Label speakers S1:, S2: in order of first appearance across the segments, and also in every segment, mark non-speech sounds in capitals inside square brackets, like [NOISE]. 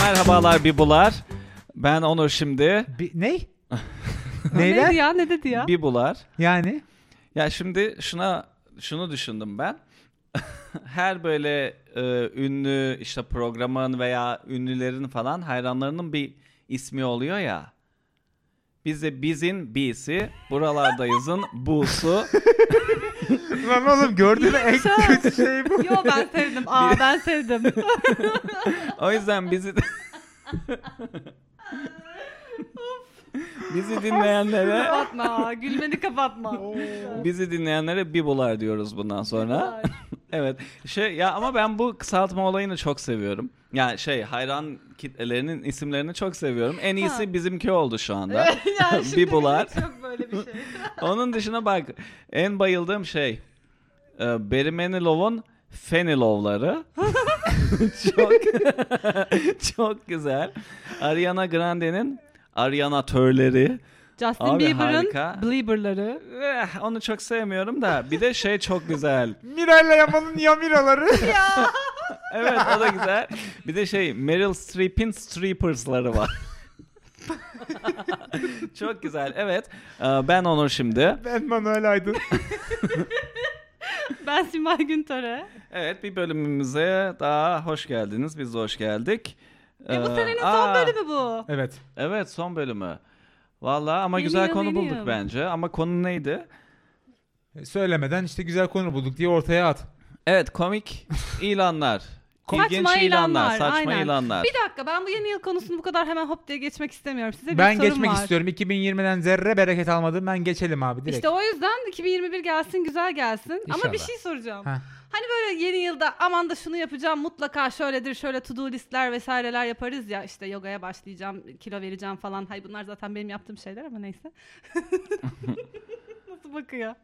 S1: Merhabalar Bibular. Ben Onur şimdi.
S2: Bi- ney?
S3: Neydi
S2: Neyler?
S3: ya [LAUGHS] ne dedi ya?
S1: Bibular.
S2: Yani
S1: Ya şimdi şuna şunu düşündüm ben. [LAUGHS] Her böyle e, ünlü işte programın veya ünlülerin falan hayranlarının bir ismi oluyor ya. Biz de bizin B'si, buralardayızın bu'su.
S2: Lan oğlum gördüğün en
S3: Yoksa-
S2: kötü şey bu.
S3: Yo ben sevdim. Aa ben sevdim.
S2: [LAUGHS]
S1: O yüzden bizi bizi dinleyenlere
S3: kapatma. Gülmeni kapatma.
S1: bizi dinleyenlere Bibular diyoruz bundan sonra. Evet. Şey ya ama ben bu kısaltma olayını çok seviyorum. Yani şey hayran kitlelerinin isimlerini çok seviyorum. En iyisi
S3: Ha.
S1: bizimki oldu şu
S3: [LAUGHS]
S1: anda.
S3: Yani şimdi
S1: Bibular.
S3: [LAUGHS] Çok böyle bir şey.
S1: [LAUGHS] Onun dışına bak en bayıldığım şey e, Barry Manilow'un Fenilov'ları. çok [LAUGHS] çok güzel. Ariana Grande'nin Ariana Törleri.
S3: Justin
S1: Abi
S3: Bieber'ın
S1: harika.
S3: Belieber'ları.
S1: Eh, onu çok sevmiyorum da bir de şey çok güzel.
S2: [LAUGHS] Mirayla Yaman'ın Yamiraları.
S1: Evet o da güzel. Bir de şey Meryl Streep'in Streepers'ları var. Çok güzel. Evet. Ee, Ben Onur şimdi.
S2: [LAUGHS] ben Manuel Aydın.
S3: [LAUGHS] Ben Simay Günter'e.
S1: Evet bir bölümümüze daha hoş geldiniz. Biz de hoş geldik.
S3: E bu
S1: Ee,
S3: senenin son
S1: aa,
S3: bölümü bu.
S2: Evet.
S1: Evet son bölümü. Vallahi ama
S3: Yeni
S1: güzel
S3: yıl,
S1: konu
S3: yeni
S1: bulduk
S3: yıl.
S1: bence. Ama konu neydi?
S2: Söylemeden işte güzel konu bulduk diye ortaya at.
S1: Evet komik ilanlar.
S3: [LAUGHS] Saçma
S1: İlginç ilanlar,
S3: ilanlar,
S1: saçma
S3: aynen.
S1: ilanlar.
S3: Bir dakika ben bu yeni yıl konusunu bu kadar hemen hop diye geçmek istemiyorum. Size bir
S2: ben
S3: sorum
S2: geçmek
S3: var.
S2: istiyorum. 2020'den zerre bereket almadım. Ben geçelim abi direkt.
S3: İşte o yüzden 2021 gelsin güzel gelsin. Ama bir
S2: İnşallah.
S3: şey soracağım.
S2: Ha.
S3: Hani böyle yeni yılda aman da şunu yapacağım mutlaka şöyledir şöyle to do listler vesaireler yaparız ya işte yogaya başlayacağım kilo vereceğim falan. Hay bunlar zaten benim yaptığım şeyler ama neyse. [LAUGHS] Nasıl bakıyor?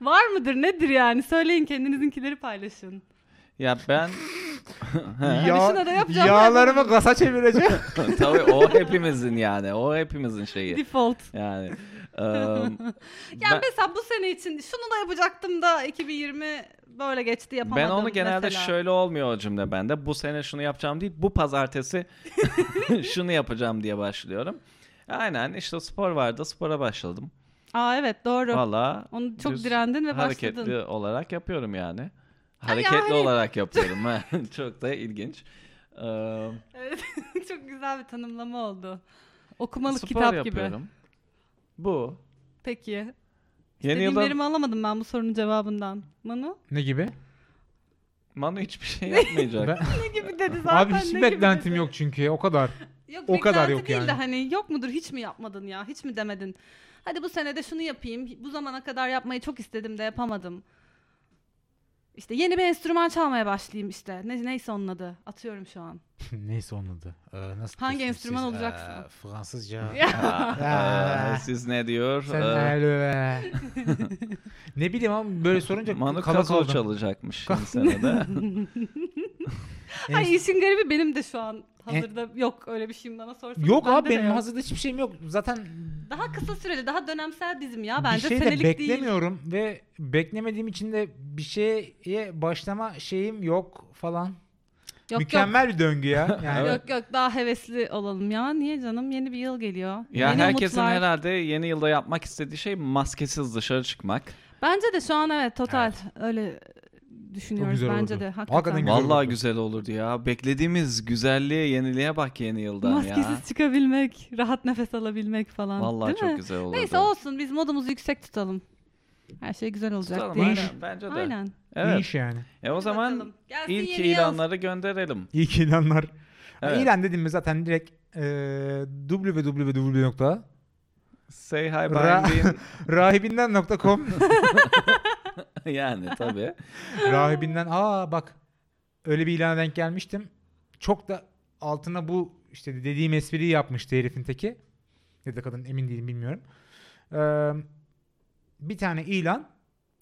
S3: Var mıdır nedir yani söyleyin kendinizinkileri paylaşın.
S1: Ya ben
S3: [LAUGHS] Dışına da yapacağım
S2: yağlarımı gasa çevireceğim. [LAUGHS]
S1: tabii o hepimizin yani. O hepimizin şeyi.
S3: Default. [LAUGHS]
S1: Yani. ım,
S3: Yani
S1: ben,
S3: mesela bu sene için şunu da yapacaktım da 2020 böyle geçti yapamadım
S1: ben onu genelde
S3: mesela.
S1: şöyle olmuyor o cümle bende. Bu sene şunu yapacağım değil, bu
S3: [LAUGHS]
S1: pazartesi [LAUGHS] şunu yapacağım diye başlıyorum. Aynen işte spor vardı, spora başladım.
S3: Aa evet doğru.
S1: Valla
S3: Onu çok
S1: düz
S3: direndin ve
S1: hareketli
S3: başladın.
S1: olarak yapıyorum yani. Hareketli
S3: hani- [LAUGHS]
S1: olarak yapıyorum. [LAUGHS] ha. çok da ilginç. Ee,
S3: Evet, [LAUGHS] çok güzel bir tanımlama oldu. Okumalık
S1: spor
S3: kitap gibi.
S1: yapıyorum. Bu.
S3: Peki.
S1: Yeni
S3: Dediğimlerimi
S1: yılda
S3: alamadım ben bu sorunun cevabından. Manu
S2: ne gibi?
S1: Manu hiçbir şey yapmayacak. [LAUGHS]
S2: [LAUGHS] Ben-
S3: ne gibi dedi zaten.
S2: abi hiç
S3: ne gibi
S2: beklentim
S3: dedi?
S2: yok çünkü o kadar. [LAUGHS]
S3: Yok,
S2: O kadar
S3: beklenti
S2: yok
S3: değil De
S2: yani.
S3: hani yok mudur hiç mi yapmadın ya hiç mi demedin? Hadi bu sene de şunu yapayım. Bu zamana kadar yapmayı çok istedim de yapamadım. İşte yeni bir enstrüman çalmaya başlayayım işte. Ne, neyse onun adı. Atıyorum şu an.
S2: Neyse onun adı. Ee, nasıl
S3: Hangi
S2: diyorsunuz
S3: enstrüman
S2: siz?
S3: olacaksın?
S2: Ee,
S3: [LAUGHS]
S2: Fransızca.
S1: Aa, e, siz ne diyor?
S2: Sen
S1: Ee,
S3: [LAUGHS]
S2: öyle. ne bileyim abi böyle Şey sorunca
S1: Manu
S2: kala
S1: Kazol
S2: kaldım. [LAUGHS]
S1: çalacakmış şimdi senede.
S3: Ay işin garibi benim de şu an hazırda yok öyle bir şeyim bana sorsanız.
S2: Yok
S3: bende
S2: abi
S3: de
S2: benim
S3: yok.
S2: hazırda hiçbir şeyim yok. Zaten
S3: Daha kısa süreli, daha dönemsel bizim ya. Bence
S2: bir şey de
S3: senelik değil.
S2: beklemiyorum ve beklemediğim için de bir şeye başlama şeyim yok falan.
S3: Yok
S2: Mükemmel bir döngü
S3: [LAUGHS]
S2: ya. Yani
S3: yok. Yok yok daha hevesli olalım ya. Niye canım? Yeni bir yıl geliyor.
S1: Ya
S3: Yeni
S1: herkesin
S3: umutlar.
S1: herhalde yeni yılda yapmak istediği şey maskesiz dışarı çıkmak.
S3: Bence de şu an evet total öyle düşünüyoruz
S2: güzel
S3: bence
S2: oldu.
S3: de. Hakikaten.
S2: Hakikaten güzel.
S1: Vallahi
S2: olurdu.
S1: güzel olurdu ya. Beklediğimiz güzelliğe, yeniliğe bak yeni yıldan
S3: Maskesiz
S1: ya.
S3: çıkabilmek, rahat nefes alabilmek falan.
S1: Vallahi
S3: değil
S1: çok
S3: mi?
S1: güzel olurdu.
S3: Neyse olsun biz modumuzu yüksek tutalım. Her şey güzel olacak
S1: Tutalım,
S3: diye.
S1: aynen, Bence de.
S3: Aynen.
S2: İyi
S1: Evet.
S2: iş yani.
S1: E o
S3: Hadi
S1: zaman
S3: bakalım. Gelsin
S1: ilk
S3: yeni yıl.
S1: ilanları gönderelim.
S2: İyi ki ilanlar.
S1: Evet.
S2: İlan dedim mi zaten direkt e, www.rahibinden.com
S1: Say hi
S2: Ra- [LAUGHS]
S1: Brian yani tabii. [LAUGHS]
S2: Rahibinden aa bak öyle bir ilana denk gelmiştim. Çok da altına bu işte dediğim espriyi yapmıştı herifin teki. Ya da kadın emin değilim bilmiyorum. Ee, bir tane ilan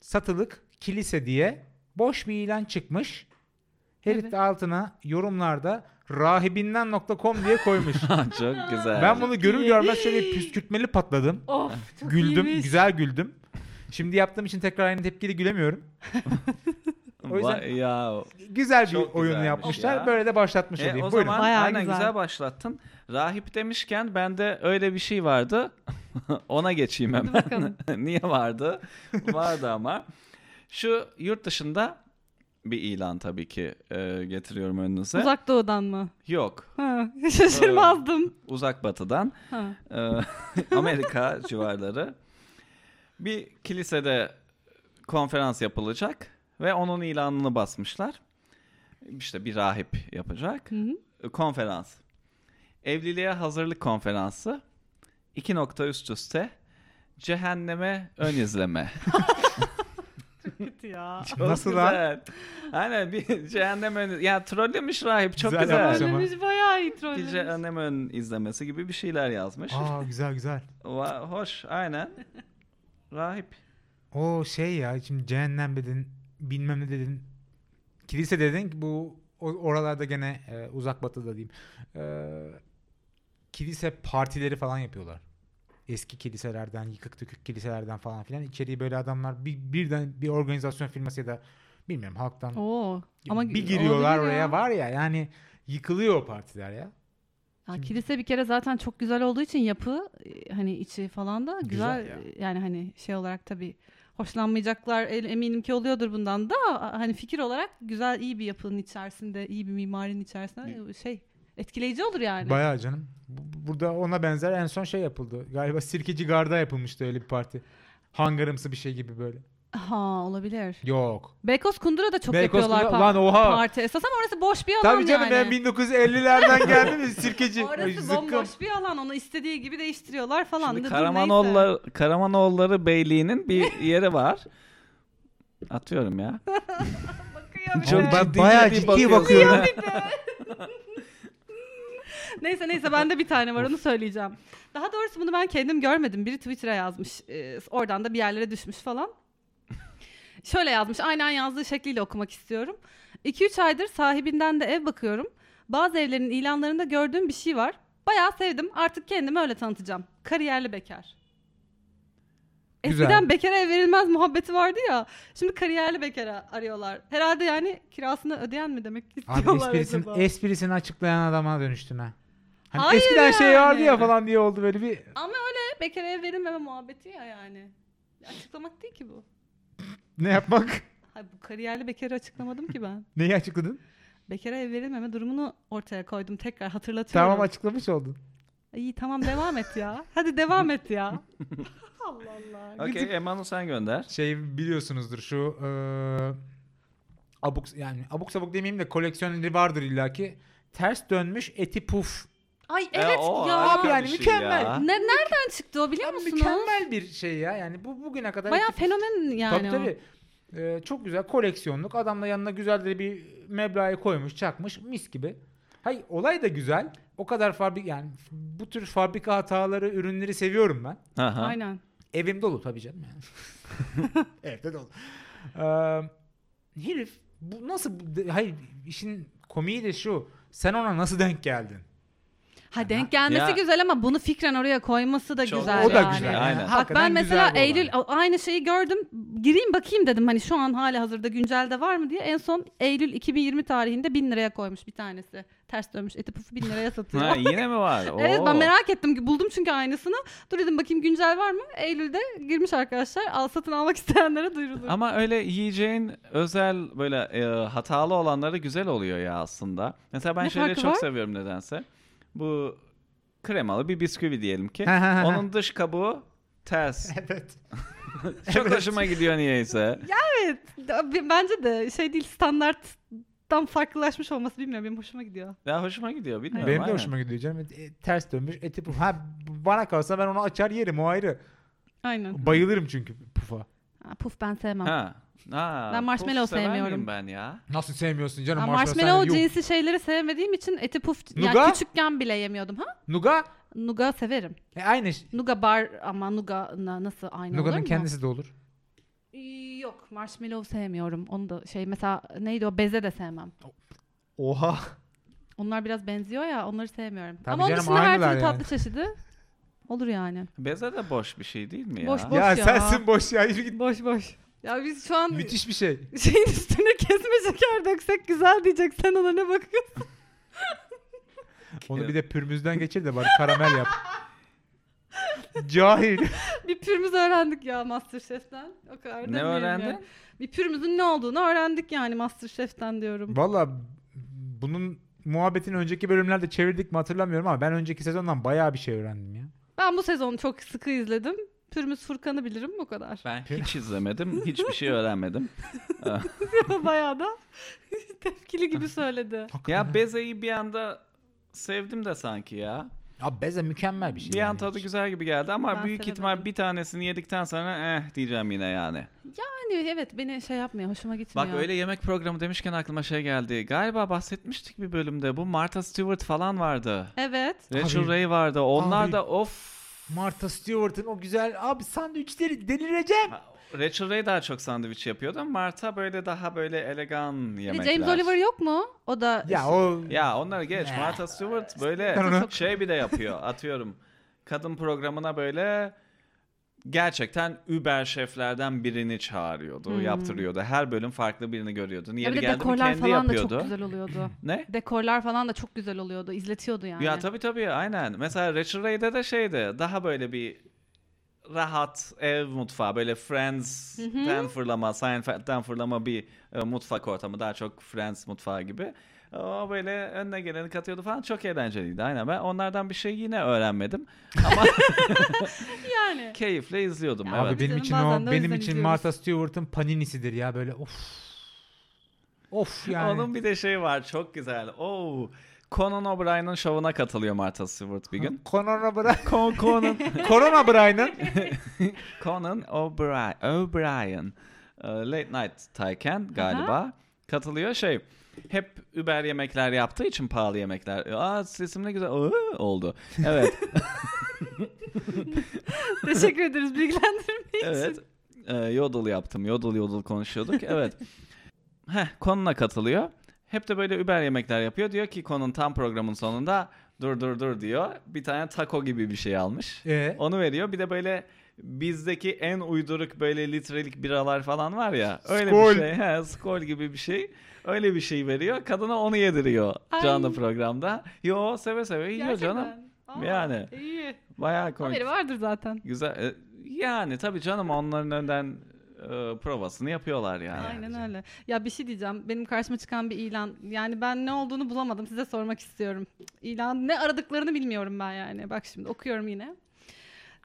S2: satılık kilise diye boş bir ilan çıkmış. Herif
S3: Evet.
S2: de altına yorumlarda rahibinden.com diye koymuş.
S1: çok güzel.
S2: ben bunu görür görmez şöyle püskürtmeli patladım.
S3: Of çok
S2: güldüm,
S3: iyiymiş.
S2: güzel güldüm. Şimdi yaptığım için tekrar aynı tepkiyle gülemiyorum. O yüzden
S1: Vay ya.
S2: güzel bir
S1: Çok
S2: oyun
S1: güzelmiş
S2: yapmışlar.
S1: ya.
S2: Böyle de başlatmış
S1: E,
S2: olayım.
S1: o
S2: Buyurun.
S1: zaman
S3: Bayağı
S1: aynen
S3: güzel.
S1: güzel. başlattın. Rahip demişken bende öyle bir şey vardı. [LAUGHS] Ona geçeyim
S3: Hadi
S1: hemen. [LAUGHS]
S3: bakalım.
S1: Niye vardı? vardı ama. Şu yurt dışında bir ilan tabii ki e, getiriyorum önünüze.
S3: Uzak doğudan mı?
S1: Yok.
S3: Ha, şaşırmazdım.
S1: Uzak batıdan.
S3: Ha.
S1: Ee, [LAUGHS]
S3: [LAUGHS]
S1: Amerika civarları. Bir kilisede konferans yapılacak ve onun ilanını basmışlar. İşte bir rahip yapacak.
S3: Hı hı.
S1: e, Konferans. Evliliğe hazırlık konferansı. İki nokta üst üste. Cehenneme ön
S2: [LAUGHS]
S1: izleme.
S3: Kötü ya.
S1: Çok
S2: Nasıl lan?
S1: güzel. Aynen bir [LAUGHS] cehennem ön... Ya trollemiş rahip çok
S2: Güzel
S1: güzel.
S2: yapmış ama.
S3: Trollemiş bayağı iyi
S1: Bir
S3: trollemiş.
S1: cehennem ön izlemesi gibi bir şeyler yazmış.
S2: Aa güzel güzel.
S1: Va- hoş aynen. Rahip.
S2: O şey ya şimdi cehennem dedin, bilmem ne dedin. Kilise dedin ki bu o- oralarda gene e, uzak batıda diyeyim. E, kilise partileri falan yapıyorlar. Eski kiliselerden, yıkık dökük kiliselerden falan filan. İçeriği böyle adamlar bir, birden bir organizasyon firması ya da bilmiyorum halktan
S3: Oo. Ama
S2: bir giriyorlar
S3: olabilir
S2: oraya
S3: ya.
S2: var ya yani yıkılıyor o partiler ya.
S3: Ya kilise bir kere zaten çok güzel olduğu için yapı e, hani içi falan da güzel,
S2: Güzel
S3: e, yani hani şey olarak tabii hoşlanmayacaklar el- eminim ki oluyordur bundan da a- hani fikir olarak güzel iyi bir yapının içerisinde iyi bir mimarinin içerisinde e, şey etkileyici olur yani.
S2: Bayağı canım. Bu- Burada ona benzer en son şey yapıldı. Galiba Sirkeci Gar'da yapılmıştı öyle bir parti. Hangarımsı bir şey gibi böyle.
S3: ha olabilir.
S2: Yok.
S3: Beykoz Kundura da çok
S2: Beykoz
S3: yapıyorlar
S2: Kundura-
S3: pa-
S2: Lan oha!
S3: parti esas ama orası boş bir alan
S2: Tabii canım
S3: yani.
S2: ben 1950'lerden geldim sirkeci. Ay,
S3: Orası
S2: zıkkım.
S3: bomboş bir alan onu istediği gibi değiştiriyorlar falan.
S1: Şimdi
S3: Dur, dur, neyse.
S1: Karamanoğulları, Karamanoğulları Beyliği'nin
S3: [LAUGHS]
S1: bir yeri var. Atıyorum ya.
S3: Bakıyor bir
S2: Çok
S3: de.
S2: ben
S1: Ciddi
S2: bayağı
S1: ciddi
S2: ciddi
S1: bakıyorsun.
S2: bakıyorum.
S3: Neyse neyse bende bir tane var onu söyleyeceğim. Daha doğrusu bunu ben kendim görmedim. Biri Twitter'a yazmış. Ee, oradan da bir yerlere düşmüş falan. Şöyle yazmış. Aynen yazdığı şekliyle okumak istiyorum. 2-3 aydır sahibinden de ev bakıyorum. Bazı evlerin ilanlarında gördüğüm bir şey var. Bayağı sevdim. Artık kendimi öyle tanıtacağım. Kariyerli bekar.
S2: Güzel.
S3: Eskiden bekara ev verilmez muhabbeti vardı ya. Şimdi kariyerli bekara arıyorlar. Herhalde yani kirasını ödeyen mi demek istiyorlar
S2: Abi esprisini,
S3: acaba?
S2: esprisini açıklayan adama dönüştün ha. Hani
S3: Hayır
S2: eskiden şey
S3: yani.
S2: vardı ya falan diye oldu böyle bir.
S3: Ama öyle bekaraya verilmeme muhabbeti ya yani. Açıklamak değil ki bu.
S2: Ne yapmak? [LAUGHS]
S3: Hayır bu kariyerli bekarı açıklamadım ki ben.
S2: Neyi açıkladın?
S3: Bekara ev verilmeme durumunu ortaya koydum. Tekrar hatırlatıyorum.
S2: Tamam açıklamış oldun.
S3: İyi tamam devam et ya. Hadi devam et ya. Allah
S1: [LAUGHS]
S3: Allah.
S1: Okey Emanu sen gönder.
S2: Şey biliyorsunuzdur şu e, abuk yani abuk sabuk demeyeyim de koleksiyonları vardır illaki. Ters dönmüş eti puf.
S3: Ay
S1: E,
S3: evet
S1: o
S3: ya.
S1: harika
S2: Abi yani
S1: bir şey
S2: mükemmel.
S1: ya.
S3: Ne, nereden çıktı o biliyor
S2: Abi
S3: musunuz?
S2: mükemmel bir şey ya. Yani bu bugüne kadar
S3: Bayağı
S2: eti puf-
S3: fenomen yani
S2: tabii
S3: o.
S2: tabii. Ee, çok güzel koleksiyonluk. Adam da yanına güzel de bir meblağı koymuş, çakmış. Mis gibi. Hay olay da güzel. O kadar fabrik yani f- bu tür fabrika hataları, ürünleri seviyorum ben.
S1: Aha.
S3: Aynen.
S2: Evim dolu tabii canım [LAUGHS] yani. Evde dolu. Ee, herif bu nasıl bu- de- hayır işin komiği de şu. Sen ona nasıl denk geldin?
S3: Ha denk gelmesi
S1: Ya.
S3: güzel ama bunu fikren oraya koyması da
S1: Çok
S3: güzel
S2: o da
S3: yani.
S2: güzel.
S1: Aynen.
S2: Yani
S3: Bak
S2: hakikaten
S3: ben mesela
S2: güzel bir olay.
S3: Eylül a- aynı şeyi gördüm. Gireyim bakayım dedim hani şu an hali hazırda güncelde var mı diye. En son Eylül 2020 tarihinde 1000 liraya koymuş bir tanesi. Ters dönmüş eti pufu 1000 liraya satıyor.
S1: Ha, yine mi var?
S3: [LAUGHS] evet
S1: Oo.
S3: ben merak ettim. Buldum çünkü aynısını. Dur dedim bakayım güncel var mı? Eylül'de girmiş arkadaşlar. Al satın almak [LAUGHS] isteyenlere duyurulur.
S1: Ama öyle yiyeceğin özel böyle e, hatalı olanları güzel oluyor ya aslında. Mesela ben
S3: Ne
S1: şeyleri
S3: farkı
S1: çok
S3: var?
S1: seviyorum nedense. Bu kremalı bir bisküvi diyelim ki.
S2: Ha, ha, ha.
S1: Onun dış kabuğu ters.
S2: [LAUGHS] Evet.
S1: çok hoşuma gidiyor
S3: [LAUGHS]
S1: niyeyse.
S3: Evet. d- Bence de şey değil standarttan farklılaşmış olması bilmiyorum. Benim hoşuma gidiyor.
S1: Ya hoşuma gidiyor bilmiyorum.
S2: Benim de
S1: aynen.
S2: hoşuma gidiyor canım. E, ters dönmüş eti puf. Ha bana kalsa ben onu açar yerim o ayrı.
S3: Aynen.
S2: Bayılırım çünkü pufa.
S3: Ha, puf ben sevmem.
S1: Ha. Ha,
S3: Ben marshmallow
S1: puf sever miyim
S3: sevmiyorum.
S1: ben ya.
S2: Nasıl sevmiyorsun canım?
S3: Ama
S2: marshmallow
S3: marshmallow
S2: sen- Yuh.
S3: cinsi şeyleri sevmediğim için eti puf yani
S2: Nougat?
S3: küçükken bile yemiyordum ha.
S2: Nuga?
S3: Nuga severim.
S2: E, aynı. ş-
S3: Nuga bar ama nuga na- nasıl aynı olur
S2: Nuga'nın
S3: mu?
S2: kendisi de olur.
S3: Ee, Yok marshmallow sevmiyorum. Onu da şey mesela neydi o beze de sevmem.
S2: Oha.
S3: Onlar biraz benziyor ya onları sevmiyorum.
S2: Tabii
S3: ama onun
S2: canım,
S3: dışında her türlü
S2: aynılar yani.
S3: tatlı çeşidi olur yani.
S1: Beze de boş bir şey değil mi ya?
S3: Boş, boş.
S2: Ya,
S3: ya.
S2: sensin boş ya. Yürü git.
S3: Boş boş. Ya biz şu an
S2: Müthiş bir şey.
S3: şeyin üstüne kesme şeker döksek güzel diyecek. Sen ona ne bakıyorsun?
S2: Onu bir de pürmüzden geçir de bari karamel yap. Cahil.
S3: Bir pürümüz öğrendik ya Masterchef'ten. O kadar da
S1: Ne
S3: bilmiyorum
S1: öğrendin?
S3: yani. Bir pürümüzün ne olduğunu öğrendik yani Masterchef'ten diyorum.
S2: Valla bunun muhabbetini önceki bölümlerde çevirdik mi hatırlamıyorum ama ben önceki sezondan bayağı bir şey öğrendim ya.
S3: Ben bu sezonu çok sıkı izledim. Pürmüz Furkan'ı bilirim bu
S1: [LAUGHS]
S3: kadar.
S1: Ben hiç izlemedim. Hiçbir şey öğrenmedim.
S3: Bayağı da tepkili gibi söyledi.
S1: ya Beze'yi bir anda sevdim de sanki ya.
S2: Ya Beze mükemmel bir şey.
S1: Bir an
S2: yani.
S1: tadı güzel gibi geldi ama
S3: Ben
S1: büyük ihtimal
S3: sevemedim.
S1: bir tanesini yedikten sonra eh diyeceğim yine yani.
S3: Yani evet beni şey yapmıyor, hoşuma
S1: Bak
S3: gitmiyor.
S1: öyle yemek programı demişken aklıma şey geldi. Galiba bahsetmiştik bir bölümde. Bu Martha Stewart falan vardı.
S3: Evet.
S1: Rachel
S2: Abi-
S1: Ray vardı. Onlar
S2: abi-
S1: da of.
S2: Martha Stewart'ın o güzel abi sandviçleri delireceğim.
S1: Rachel Ray daha çok sandviç yapıyordu. Martha böyle daha böyle elegan
S3: Bir de
S1: yemekler.
S3: James Oliver yok mu? O da
S2: Ya o
S1: Ya onları geç.
S2: Ya.
S1: Martha Stewart böyle
S2: Ben onu-
S1: şey bir de yapıyor. Atıyorum. Kadın programına böyle gerçekten Uber şeflerden birini çağırıyordu,
S3: Hmm.
S1: yaptırıyordu. Her bölüm farklı birini görüyordun.
S3: ya
S1: Yeri
S3: bir de
S1: geldi mi
S3: dekorlar
S1: kendi
S3: falan da çok
S1: yapıyordu.
S3: güzel oluyordu. [LAUGHS]
S1: Ne?
S3: Dekorlar falan da çok güzel oluyordu, izletiyordu yani.
S1: Ya tabii tabii aynen. Mesela Rachel Ray'de de şeydi. Daha böyle bir rahat ev mutfağı böyle Friends'ten fırlama, Seinfeld'den fırlama bir e, mutfak ortamı daha çok Friends mutfağı gibi. O böyle önüne geleni katıyordu falan çok eğlenceliydi aynen. Ben onlardan bir şey yine öğrenmedim ama
S3: Yani.
S1: keyifle izliyordum.
S2: abi
S1: evet.
S2: benim
S3: Canım
S2: için
S3: bazen de
S2: o
S3: o
S2: benim
S3: yüzden
S2: için
S3: izliyoruz.
S2: Martha Stewart'ın paninisidir ya böyle of.
S1: [LAUGHS]
S2: Of yani.
S1: Onun bir de şeyi var çok güzel. Oo. Conan O'Brien'ın şovuna katılıyor Martha Stewart bir gün. [LAUGHS]
S2: Corona Brian.
S1: Con- Conan
S2: [LAUGHS] Corona Brian'ın.
S1: [LAUGHS] Conan O'Brien, O'Brien e, Late Night'tayken galiba katılıyor şey hep Uber yemekler yaptığı için pahalı yemekler. Aa sesim ne güzel ıı, oldu. Evet. [LAUGHS]
S3: Teşekkür ederiz bilgilendirme için.
S1: evet. E, yodel yaptım. Yodel yodel konuşuyorduk. Evet. Heh, Conan'a katılıyor. Hep de böyle Uber yemekler yapıyor. Diyor ki Conan tam programın sonunda dur dur dur diyor. Bir tane taco gibi bir şey almış.
S2: Ee,
S1: Onu veriyor. Bir de böyle bizdeki en uyduruk böyle litrelik biralar falan var ya. Öyle
S2: Skol.
S1: bir şey. He, skol gibi bir şey. Öyle bir şey veriyor. Kadına onu yediriyor
S3: Ay.
S1: canlı programda. Yo seve seve yiyor
S3: Gerçekten.
S1: canım.
S3: Aa,
S1: Yani.
S3: İyi.
S1: Bayağı komik.
S3: Haberi vardır zaten.
S1: Güzel. E, Yani tabii canım onların önden e, provasını yapıyorlar yani.
S3: Aynen öyle. Ya bir şey diyeceğim. Benim karşıma çıkan bir ilan. Yani ben ne olduğunu bulamadım. Size sormak istiyorum. İlan ne aradıklarını bilmiyorum ben yani. Bak şimdi okuyorum yine.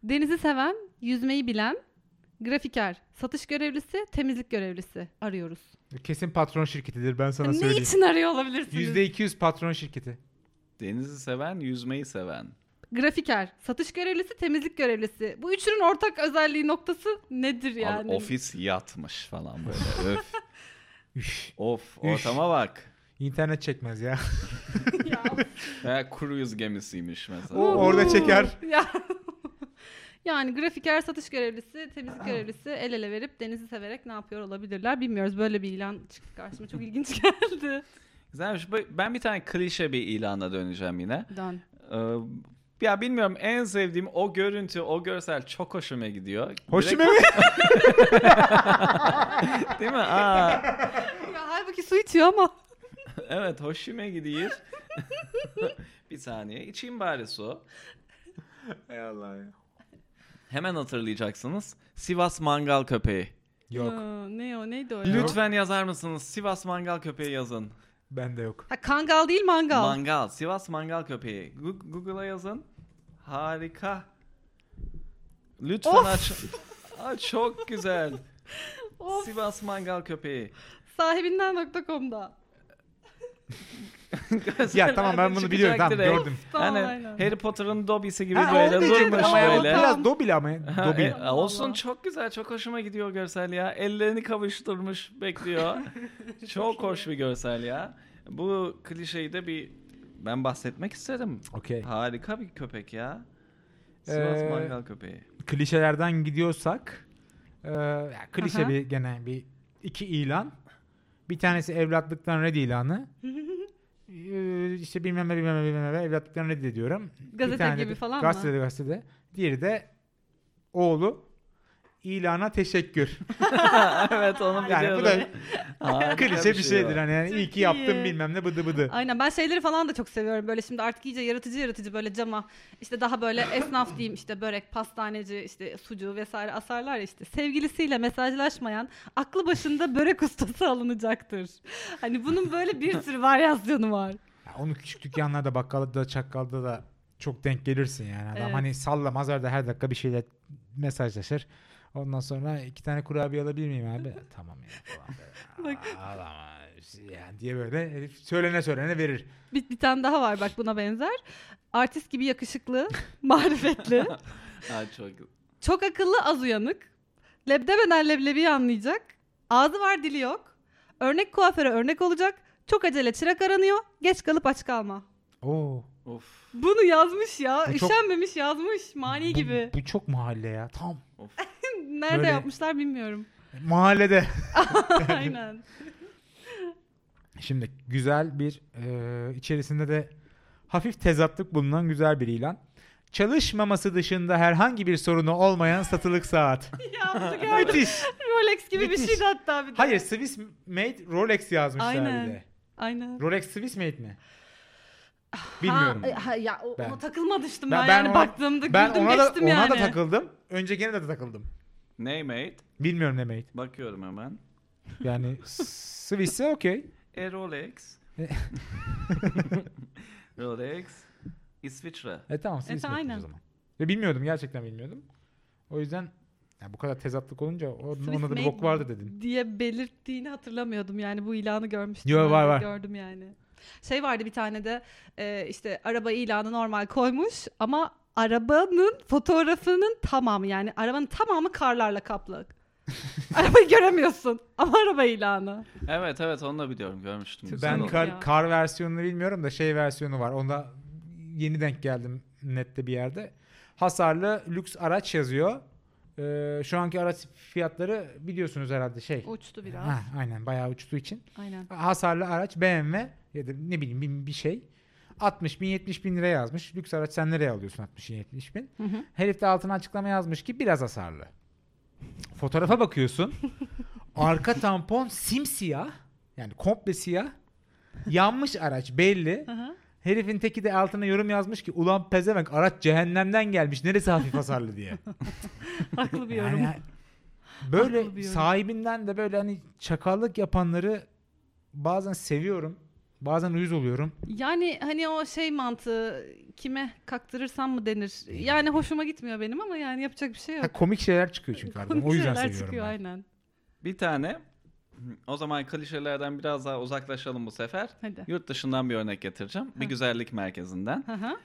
S3: Denizi seven, yüzmeyi bilen, grafiker, satış görevlisi, temizlik görevlisi arıyoruz.
S2: kesin patron şirketidir ben sana
S3: ne
S2: söyleyeyim.
S3: için arıyor olabilirsiniz?
S2: %200 patron şirketi.
S1: Denizi seven, yüzmeyi seven.
S3: Grafiker, satış görevlisi, temizlik görevlisi. Bu üçünün ortak özelliği noktası nedir
S1: Abi
S3: yani?
S1: ofis yatmış falan
S3: [LAUGHS]
S1: böyle. Öf.
S2: Üf.
S1: Of
S2: Üş.
S1: ortama bak.
S2: İnternet çekmez ya.
S3: Ya,
S1: Veya cruise gemisiymiş mesela.
S2: Oo. Orada çeker.
S3: [LAUGHS] Ya. yani grafiker, satış görevlisi, temizlik görevlisi el ele verip denizi severek ne yapıyor olabilirler bilmiyoruz. Böyle bir ilan çıktı karşıma çok ilginç [LAUGHS] geldi.
S1: Güzelmiş. Bu- Ben bir tane klişe bir ilana döneceğim yine.
S3: Dan.
S1: Ee, ya bilmiyorum en sevdiğim o görüntü, o görsel çok hoşuma gidiyor. [LAUGHS]
S2: [LAUGHS] Hoşuma mı?
S1: Direkt- Değil mi? Aa, [LAUGHS]
S3: Ya halbuki su içiyor ama.
S1: evet hoşuma gidiyor. [LAUGHS] bir saniye içeyim bari su.
S2: Hay Allah ya.
S1: Hemen hatırlayacaksınız. Sivas Mangal Köpeği.
S2: Yok.
S3: Aa, ne o neydi o? ya?
S1: Lütfen yazar mısınız? Sivas Mangal Köpeği yazın.
S2: Bende yok.
S3: Ha, kangal değil mangal.
S1: Mangal. Sivas Mangal Köpeği. Gu- Google'a yazın. Harika. Lütfen
S3: Of.
S1: aç. Aa, çok güzel.
S3: of,
S1: Sivas Mangal
S2: [LAUGHS]
S1: Köpeği.
S3: sahibinden.com'da.
S2: Ya tamam ben bunu biliyorum. Tamam
S1: Çıkacak direkt.
S2: gördüm.
S3: Tamam,
S1: Yani
S3: aynen.
S1: Harry Potter'ın Dobby'si gibi
S2: Ha, onu
S1: böyle
S2: diyecektim
S1: durmuş
S2: ama ya,
S1: böyle.
S2: Biraz dobili ama.
S1: Ha,
S2: Dobil.
S1: e, olsun
S3: Vallahi.
S1: çok güzel çok hoşuma gidiyor görsel ya. Ellerini kavuşturmuş
S2: [LAUGHS]
S1: bekliyor. çok hoş bir görsel ya. Bu klişeyi de bir ben bahsetmek istedim.
S2: Okey.
S1: Harika bir köpek ya. Sivas
S2: Ee,
S1: Mangal
S2: [LAUGHS]
S1: köpeği.
S2: klişelerden gidiyorsak e, ya klişe
S3: Aha.
S2: bir gene bir iki ilan. Bir tanesi evlatlıktan red
S3: [LAUGHS]
S2: ilanı. E, işte bilmem ne bilmem ne bilmem ne evlatlıktan red ediyorum. Bir
S3: Gazete
S2: tane
S3: gibi
S2: de-
S3: falan mı?
S2: gazetede, Gazetede gazetede. Diğeri de oğlu ilana teşekkür.
S1: evet onu biliyorum.
S2: Yani bu da
S1: Harika şey
S2: klişe bir şeydir.
S1: ya.
S2: Hani yani
S3: Çok
S2: iyi ki yaptım
S3: iyi.
S2: bilmem ne bıdı bıdı.
S3: Aynen ben şeyleri falan da çok seviyorum. Böyle şimdi artık iyice yaratıcı yaratıcı böyle cama işte daha böyle esnaf diyeyim işte börek, pastaneci, işte sucu vesaire asarlar ya işte. Sevgilisiyle mesajlaşmayan aklı başında börek ustası alınacaktır. Hani bunun böyle bir sürü varyasyonu var.
S2: Ya onu küçük dükkanlarda bakkalda da çakkalda da çok denk gelirsin yani. Adam
S3: Evet.
S2: hani salla mazarda her dakika bir şeyle mesajlaşır. Ondan sonra iki tane kurabiye alabilir miyim
S3: [LAUGHS]
S2: abi? tamam ya falan. böyle.
S3: Bak.
S2: Aa, Adam yani diye böyle herif söylene söylene verir.
S3: Bir, bir tane daha var bak buna benzer. Artist gibi yakışıklı, [LAUGHS] marifetli,
S1: Ha, çok.
S3: çok akıllı az uyanık, lebdebeden leblebiyi anlayacak, ağzı var dili yok, örnek kuaföre örnek olacak, çok acele çırak aranıyor, geç kalıp aç kalma.
S2: Oo.
S1: Of
S3: Bunu yazmış ya.
S2: Bu çok-
S3: Üşenmemiş yazmış. Mani
S2: bu-
S3: gibi.
S2: Bu çok mahalle ya. Tam
S3: Nerede
S2: böyle-
S3: yapmışlar
S2: [LAUGHS]
S3: bilmiyorum.
S2: mahallede.
S3: Aynen.
S2: Şimdi güzel bir e, içerisinde de hafif tezatlık bulunan güzel bir ilan. Çalışmaması dışında herhangi bir sorunu olmayan satılık saat.
S3: [LAUGHS] ya bu gerçekten
S2: Müthiş.
S3: Rolex gibi bir
S2: Müthiş.
S3: şeydi hatta bir de.
S2: Hayır Swiss made Rolex yazmışlar
S3: Aynen.
S2: bir de.
S3: Aynen.
S2: Rolex Swiss made mi? Bilmiyorum.
S3: Ha, e, ha, ya o-
S2: Ben-
S3: ona takılma düştüm
S2: Ben-
S3: ben,
S2: ben
S3: yani
S2: ona-
S3: baktığımda
S2: ben
S3: güldüm
S2: ona da,
S3: geçtim
S2: ona
S3: yani.
S2: da takıldım. Öncekine de takıldım.
S1: ne mate?
S2: Bilmiyorum ne made.
S1: Bakıyorum hemen.
S3: [LAUGHS]
S2: Yani Swiss'e okey.
S1: E Rolex. [LAUGHS] Rolex. İsviçre.
S2: E tamam Swiss
S3: tamam,
S2: made o
S3: aynen.
S2: zaman. Ve bilmiyordum gerçekten bilmiyordum. O yüzden ya bu kadar tezatlık olunca o-
S3: Swiss
S2: onda da bir
S3: made
S2: bok vardı dedin.
S3: diye belirttiğini hatırlamıyordum yani bu ilanı görmüştüm.
S2: Yo,
S3: ben
S2: var,
S3: de,
S2: var.
S3: Gördüm yani. Şey vardı bir tane de e, işte araba ilanı normal koymuş ama arabanın fotoğrafının tamamı yani arabanın tamamı karlarla kaplı.
S2: [LAUGHS]
S3: Arabayı göremiyorsun ama araba ilanı.
S1: Evet evet onu da biliyorum görmüştüm. Güzel
S2: Ben
S1: oldu.
S3: ya.
S2: kar, kar versiyonunu bilmiyorum da şey versiyonu var. Onda yeni denk geldim nette bir yerde. Hasarlı lüks araç yazıyor. Ee, şu anki araç fiyatları biliyorsunuz herhalde şey.
S3: Uçtu biraz.
S2: Ha, aynen bayağı uçtuğu için.
S3: Aynen.
S2: Hasarlı araç BMW ya da ne bileyim bir, bir şey. 60 bin 70 bin lira yazmış. Lüks araç sen nereye alıyorsun 60 bin 70 bin?
S3: Hı hı.
S2: Herif de altına açıklama yazmış ki biraz hasarlı. Fotoğrafa
S3: [LAUGHS]
S2: bakıyorsun. Arka tampon simsiyah. Yani komple siyah. Yanmış araç belli.
S3: Hı hı.
S2: Herifin teki de altına yorum yazmış ki ulan pezevenk araç cehennemden gelmiş. Neresi hafif hasarlı diye.
S3: Haklı [LAUGHS] bir yorum.
S2: [LAUGHS] Yani böyle
S3: Haklı bir yorum.
S2: sahibinden de böyle hani çakallık yapanları bazen seviyorum. Bazen uyuz oluyorum.
S3: Yani hani o şey mantığı kime kaktırırsam mı denir. Yani hoşuma gitmiyor benim ama yani yapacak bir şey yok.
S2: Ha, komik şeyler çıkıyor
S3: [LAUGHS]
S2: çünkü aradan. O
S3: Komik
S2: yüzden
S3: şeyler
S2: seviyorum
S3: çıkıyor
S2: ben.
S3: aynen.
S1: Bir tane. O zaman klişelerden biraz daha uzaklaşalım bu sefer.
S3: Hadi.
S1: Yurt dışından bir örnek getireceğim. Bir
S3: Hı.
S1: güzellik merkezinden.
S3: Hı hı.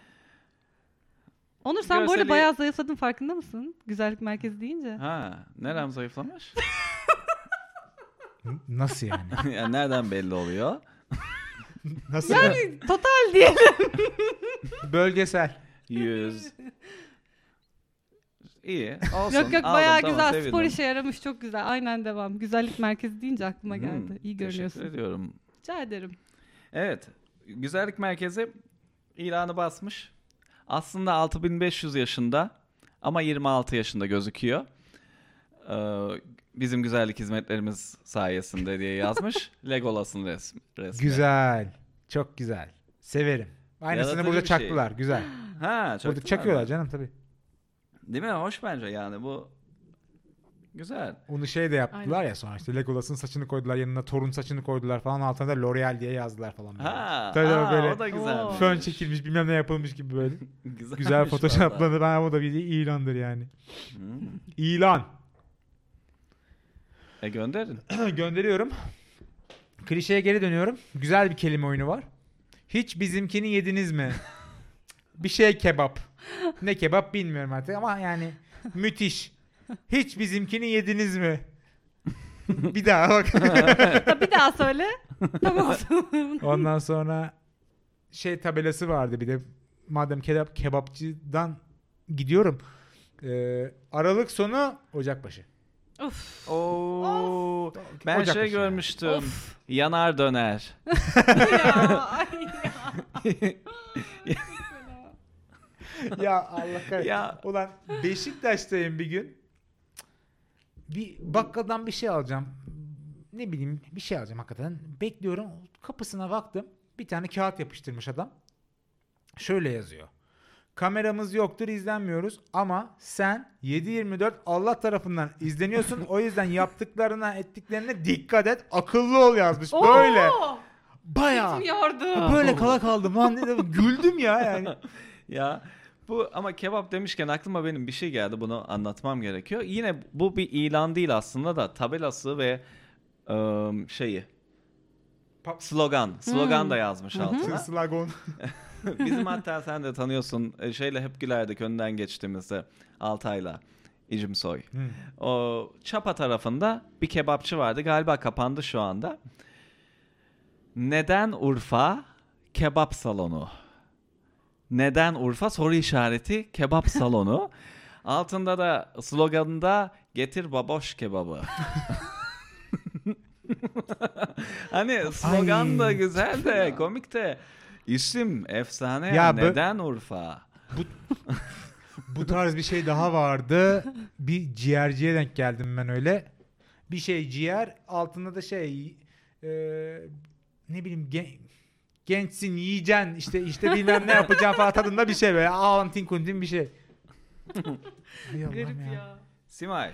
S3: Onur sen bu
S1: Görseli-
S3: arada bayağı zayıfladın farkında mısın? Güzellik merkezi deyince.
S1: Ha, nerem
S3: [LAUGHS]
S1: zayıflamış? [LAUGHS]
S2: N- Nasıl yani?
S1: yani nereden belli oluyor? [LAUGHS]
S2: Nasıl?
S3: Yani total diyelim.
S2: Bölgesel.
S1: 100. İyi. Olsun.
S3: yok yok
S1: aldım,
S3: bayağı
S1: tamam,
S3: güzel.
S1: sevindim.
S3: Spor işe yaramış çok güzel. Aynen devam. Güzellik merkezi deyince aklıma
S1: Hmm,
S3: geldi. İyi görünüyorsun.
S1: Teşekkür ediyorum.
S3: Rica ederim.
S1: Evet. Güzellik merkezi ilanı basmış. Aslında 6500 yaşında ama 26 yaşında gözüküyor. Ee, bizim güzellik hizmetlerimiz sayesinde diye
S2: [LAUGHS]
S1: yazmış. Legolas'ın resmi. resmi.
S2: Güzel. Çok güzel. Severim. Aynısını
S1: Yaratıcı
S2: burada
S1: bir şey.
S2: çaktılar. Güzel.
S1: Ha, çok
S2: burada çakıyorlar canım tabii.
S1: Değil mi? Hoş bence yani bu. Güzel.
S2: Onu şey de yaptılar
S3: Aynen.
S2: ya sonra işte Legolas'ın saçını koydular yanına torun saçını koydular falan altına da L'Oreal diye yazdılar falan. böyle.
S1: Ha,
S2: Tabii tabii
S1: aa,
S2: böyle
S1: o da güzel.
S3: Oo.
S1: [LAUGHS]
S2: Fön çekilmiş bilmem ne yapılmış gibi böyle.
S1: güzel.
S2: Güzel photoshoplandı. Ben bu da bir ilandır yani.
S1: Hmm.
S2: İlan.
S1: E gönderin.
S2: Gönderiyorum. Klişeye geri dönüyorum. Güzel bir kelime oyunu var. Hiç bizimkini yediniz mi? bir şey kebap. Ne kebap bilmiyorum artık ama yani müthiş. Hiç bizimkini yediniz mi? bir daha bak.
S3: Ha, bir
S1: [LAUGHS]
S3: daha söyle. tamam.
S2: Ondan sonra şey tabelası vardı bir de. Madem kebap kebapçıdan gidiyorum. Ee, Aralık sonu Ocakbaşı.
S3: of.
S1: Oo. Ben
S2: Ocakbaşı
S1: şey
S2: yani.
S1: görmüştüm.
S3: Of.
S1: Yanar döner.
S2: [LAUGHS]
S3: ya. Ay ya.
S2: [LAUGHS] ya Allah kahretsin.
S1: Ya.
S2: Ulan Beşiktaş'tayım bir gün. bir bakkaldan bir şey alacağım. Ne bileyim bir şey alacağım hakikaten. Bekliyorum. Kapısına baktım. Bir tane kağıt yapıştırmış adam. Şöyle yazıyor. Kameramız yoktur izlenmiyoruz ama sen 7-24 Allah tarafından izleniyorsun. o yüzden yaptıklarına ettiklerine dikkat et akıllı ol yazmış. Böyle.
S3: Oo!
S2: Bayağı.
S3: Bilmiyordum.
S2: Böyle kala kaldım lan. Ne dedim, Güldüm ya yani.
S1: ya bu ama kebap demişken aklıma benim bir şey geldi bunu anlatmam gerekiyor. Yine bu bir ilan değil aslında da tabelası ve ım, şeyi
S2: Pap-
S1: slogan slogan da yazmış altına.
S2: Slagon.
S1: [LAUGHS] Bizim hatta sen de tanıyorsun e, şeyle hep gülerdik önden geçtiğimizde Altay'la İcim Soy. O Çapa tarafında bir kebapçı vardı galiba kapandı şu anda. Neden Urfa kebap salonu? Neden Urfa soru işareti kebap salonu? Altında da sloganında getir baboş kebabı. [LAUGHS] hani slogan da
S2: Ay.
S1: güzel de komik de isim efsane
S2: Ya bö-
S1: neden Urfa?
S2: Bu tarz bir şey daha vardı. Bir ciğerciye denk geldim ben öyle. Bir şey ciğer altında da şey e, ne bileyim gen- gençsin yiyeceksin işte işte bilmem ne yapacaksın falan tadında bir şey böyle ağlantin kuntin
S3: [LAUGHS]
S2: bir şey. Hay Allah'ım
S3: Garip ya.
S1: Simay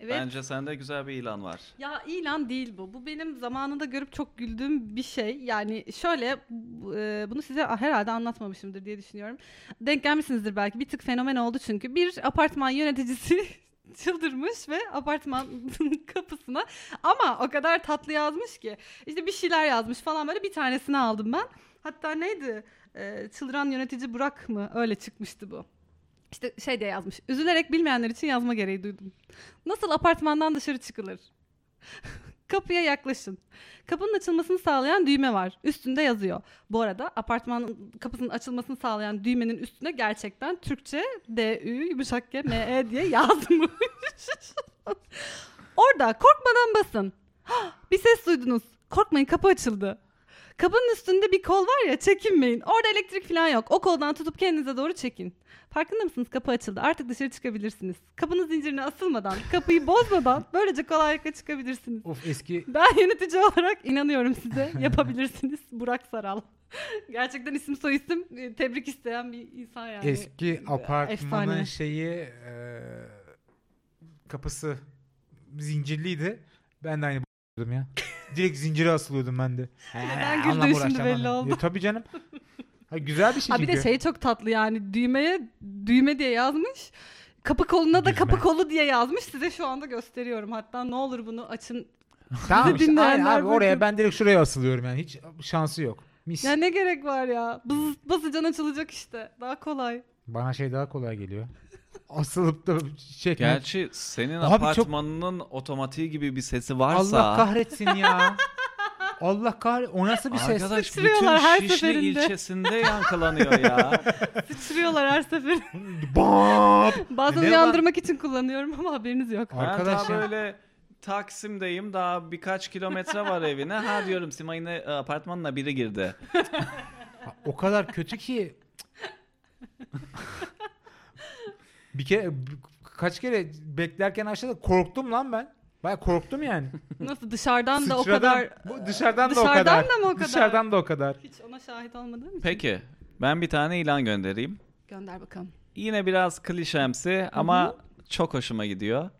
S3: Evet.
S1: bence sende güzel bir ilan var.
S3: Ya ilan değil bu. Bu benim zamanında görüp çok güldüğüm bir şey. Yani şöyle bu- e, bunu size herhalde anlatmamışımdır diye düşünüyorum. Denk gelmişsinizdir belki. Bir tık fenomen oldu çünkü. Bir apartman yöneticisi [LAUGHS] çıldırmış ve apartmanın [LAUGHS] kapısına ama o kadar tatlı yazmış ki işte bir şeyler yazmış falan böyle bir tanesini aldım ben. Hatta neydi? E, Çıldıran yönetici Burak mı? Öyle çıkmıştı bu. İşte şey diye yazmış. Üzülerek bilmeyenler için yazma gereği duydum. Nasıl apartmandan dışarı çıkılır? Kapıya yaklaşın. Kapının açılmasını sağlayan düğme var. Üstünde yazıyor. Bu arada apartmanın kapısının açılmasını sağlayan düğmenin üstüne gerçekten Türkçe D Ü yumuşak G M E diye yazmış. [LAUGHS] Orada korkmadan basın. Hah, Bir ses duydunuz. Korkmayın kapı açıldı. Kapının üstünde bir kol var ya çekinmeyin. Orada elektrik falan yok. O koldan tutup kendinize doğru çekin. Farkında mısınız kapı açıldı. Artık dışarı çıkabilirsiniz. Kapının zincirine asılmadan, kapıyı bozmadan [LAUGHS] böylece kolaylıkla çıkabilirsiniz.
S2: Of eski
S3: Ben [LAUGHS] yönetici olarak inanıyorum size. Yapabilirsiniz. Burak Saral. Gerçekten isim soy isim e, tebrik isteyen bir insan yani. e,
S2: Eski apartmanın
S3: efsane.
S2: şeyi e, kapısı zincirliydi. Ben de aynı b***yordum
S3: [LAUGHS]
S2: ya. Direkt zincire asılıyordum ben de.
S3: Neden
S2: He,
S3: güldüğü
S2: anlam
S3: şimdi
S2: uğraşacağım,
S3: belli
S2: anlam.
S3: oldu.
S2: Ya, tabii canım. Ha, güzel bir şey
S3: Ha bir
S2: çünkü.
S3: de şey çok tatlı yani düğmeye düğme diye yazmış. Kapı koluna da
S2: Düğme.
S3: kapı kolu diye yazmış. Size şu anda gösteriyorum. Hatta ne olur bunu açın.
S2: tamam
S3: bizi
S2: işte, aynen
S3: dinleyenler
S2: abi, oraya
S3: bakın.
S2: ben direkt şuraya asılıyorum yani. Hiç şansı yok. Mis.
S3: Ya ne gerek var ya? Bız, basacaksın açılacak işte. Daha kolay.
S2: Bana şey daha kolay geliyor. Asılıp da çekmek.
S1: Gerçi senin
S2: Abi çok-
S1: apartmanının otomatiği gibi bir sesi varsa
S2: Allah kahretsin ya. Allah kahret. O nasıl bir ses?
S1: arkadaş bütün
S3: Sıçrıyorlar her
S1: Şişli
S3: seferinde.
S1: ilçesinde yankılanıyor
S2: [LAUGHS]
S1: ya.
S3: Sıçrıyorlar her sefer.
S2: Bam!
S3: Bazen
S2: Ne lan?
S3: uyandırmak için kullanıyorum ama haberiniz yok.
S2: Arkadaş
S1: ben
S2: ya.
S1: daha böyle Taksim'deyim daha birkaç kilometre var evine. Ha diyorum Simay'ın e, apartmanına biri girdi.
S2: Ha, O kadar kötü ki. [LAUGHS] bir kere kaç kere beklerken aşağıda korktum lan ben. Baya korktum yani.
S3: Nasıl [LAUGHS] dışarıdan da o
S2: Sıçradan-
S3: kadar
S2: bu dışarıdan, da o
S3: Dışarıdan
S2: kadar.
S3: da mı o kadar?
S2: Dışarıdan da o kadar.
S3: hiç ona şahit olmadın mı?
S1: Peki ben bir tane ilan göndereyim.
S3: Gönder bakalım.
S1: Yine biraz klişemsi ama çok hoşuma gidiyor.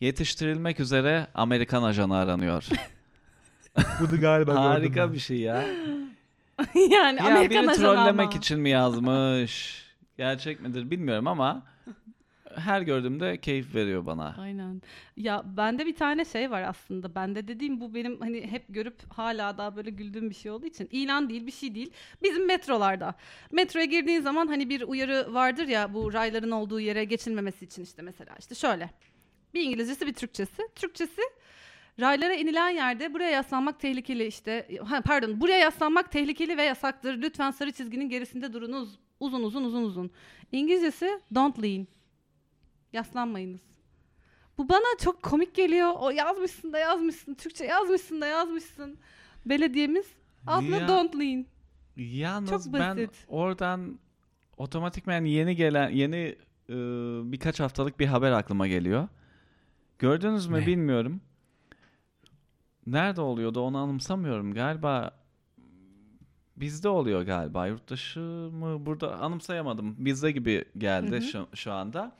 S1: Yetiştirilmek üzere Amerikan ajanı aranıyor.
S2: Bu da galiba
S1: Harika bir şey ya.
S3: [LAUGHS] yani
S1: Ya
S3: Hani Amerikan
S1: biri
S3: ajanı
S1: trollemek
S3: ama.
S1: için mi yazmış? Gerçek midir bilmiyorum
S3: [LAUGHS]
S1: ama her gördüğümde keyif veriyor bana.
S3: Aynen. Ya bende bir tane şey var aslında. Bende dediğim bu benim hani hep görüp hala daha böyle güldüğüm bir şey olduğu için. ilan değil bir şey değil. Bizim metrolarda. Metroya girdiğin zaman hani bir uyarı vardır ya bu rayların olduğu yere geçilmemesi için işte mesela işte şöyle. Bir İngilizcesi bir Türkçesi. Türkçesi raylara inilen yerde buraya yaslanmak tehlikeli işte ha, pardon buraya yaslanmak tehlikeli ve yasaktır. Lütfen sarı çizginin gerisinde durunuz. Uzun uzun uzun uzun. İngilizcesi don't lean. Yaslanmayınız. Bu bana çok komik geliyor. O yazmışsın da yazmışsın. Türkçe yazmışsın da yazmışsın. Belediyemiz altına
S1: Ya.
S3: don't lean.
S1: Yalnız
S3: Çok
S1: ben
S3: basit.
S1: oradan ıı, otomatikmen yeni gelen yeni e, birkaç haftalık bir haber aklıma geliyor. Gördünüz mü
S2: Ne?
S1: bilmiyorum. Nerede oluyordu onu anımsamıyorum. Galiba bizde oluyor galiba. Yurt dışı mı? Burada anımsayamadım. Bizde gibi geldi
S3: Hı hı.
S1: Şu, şu anda.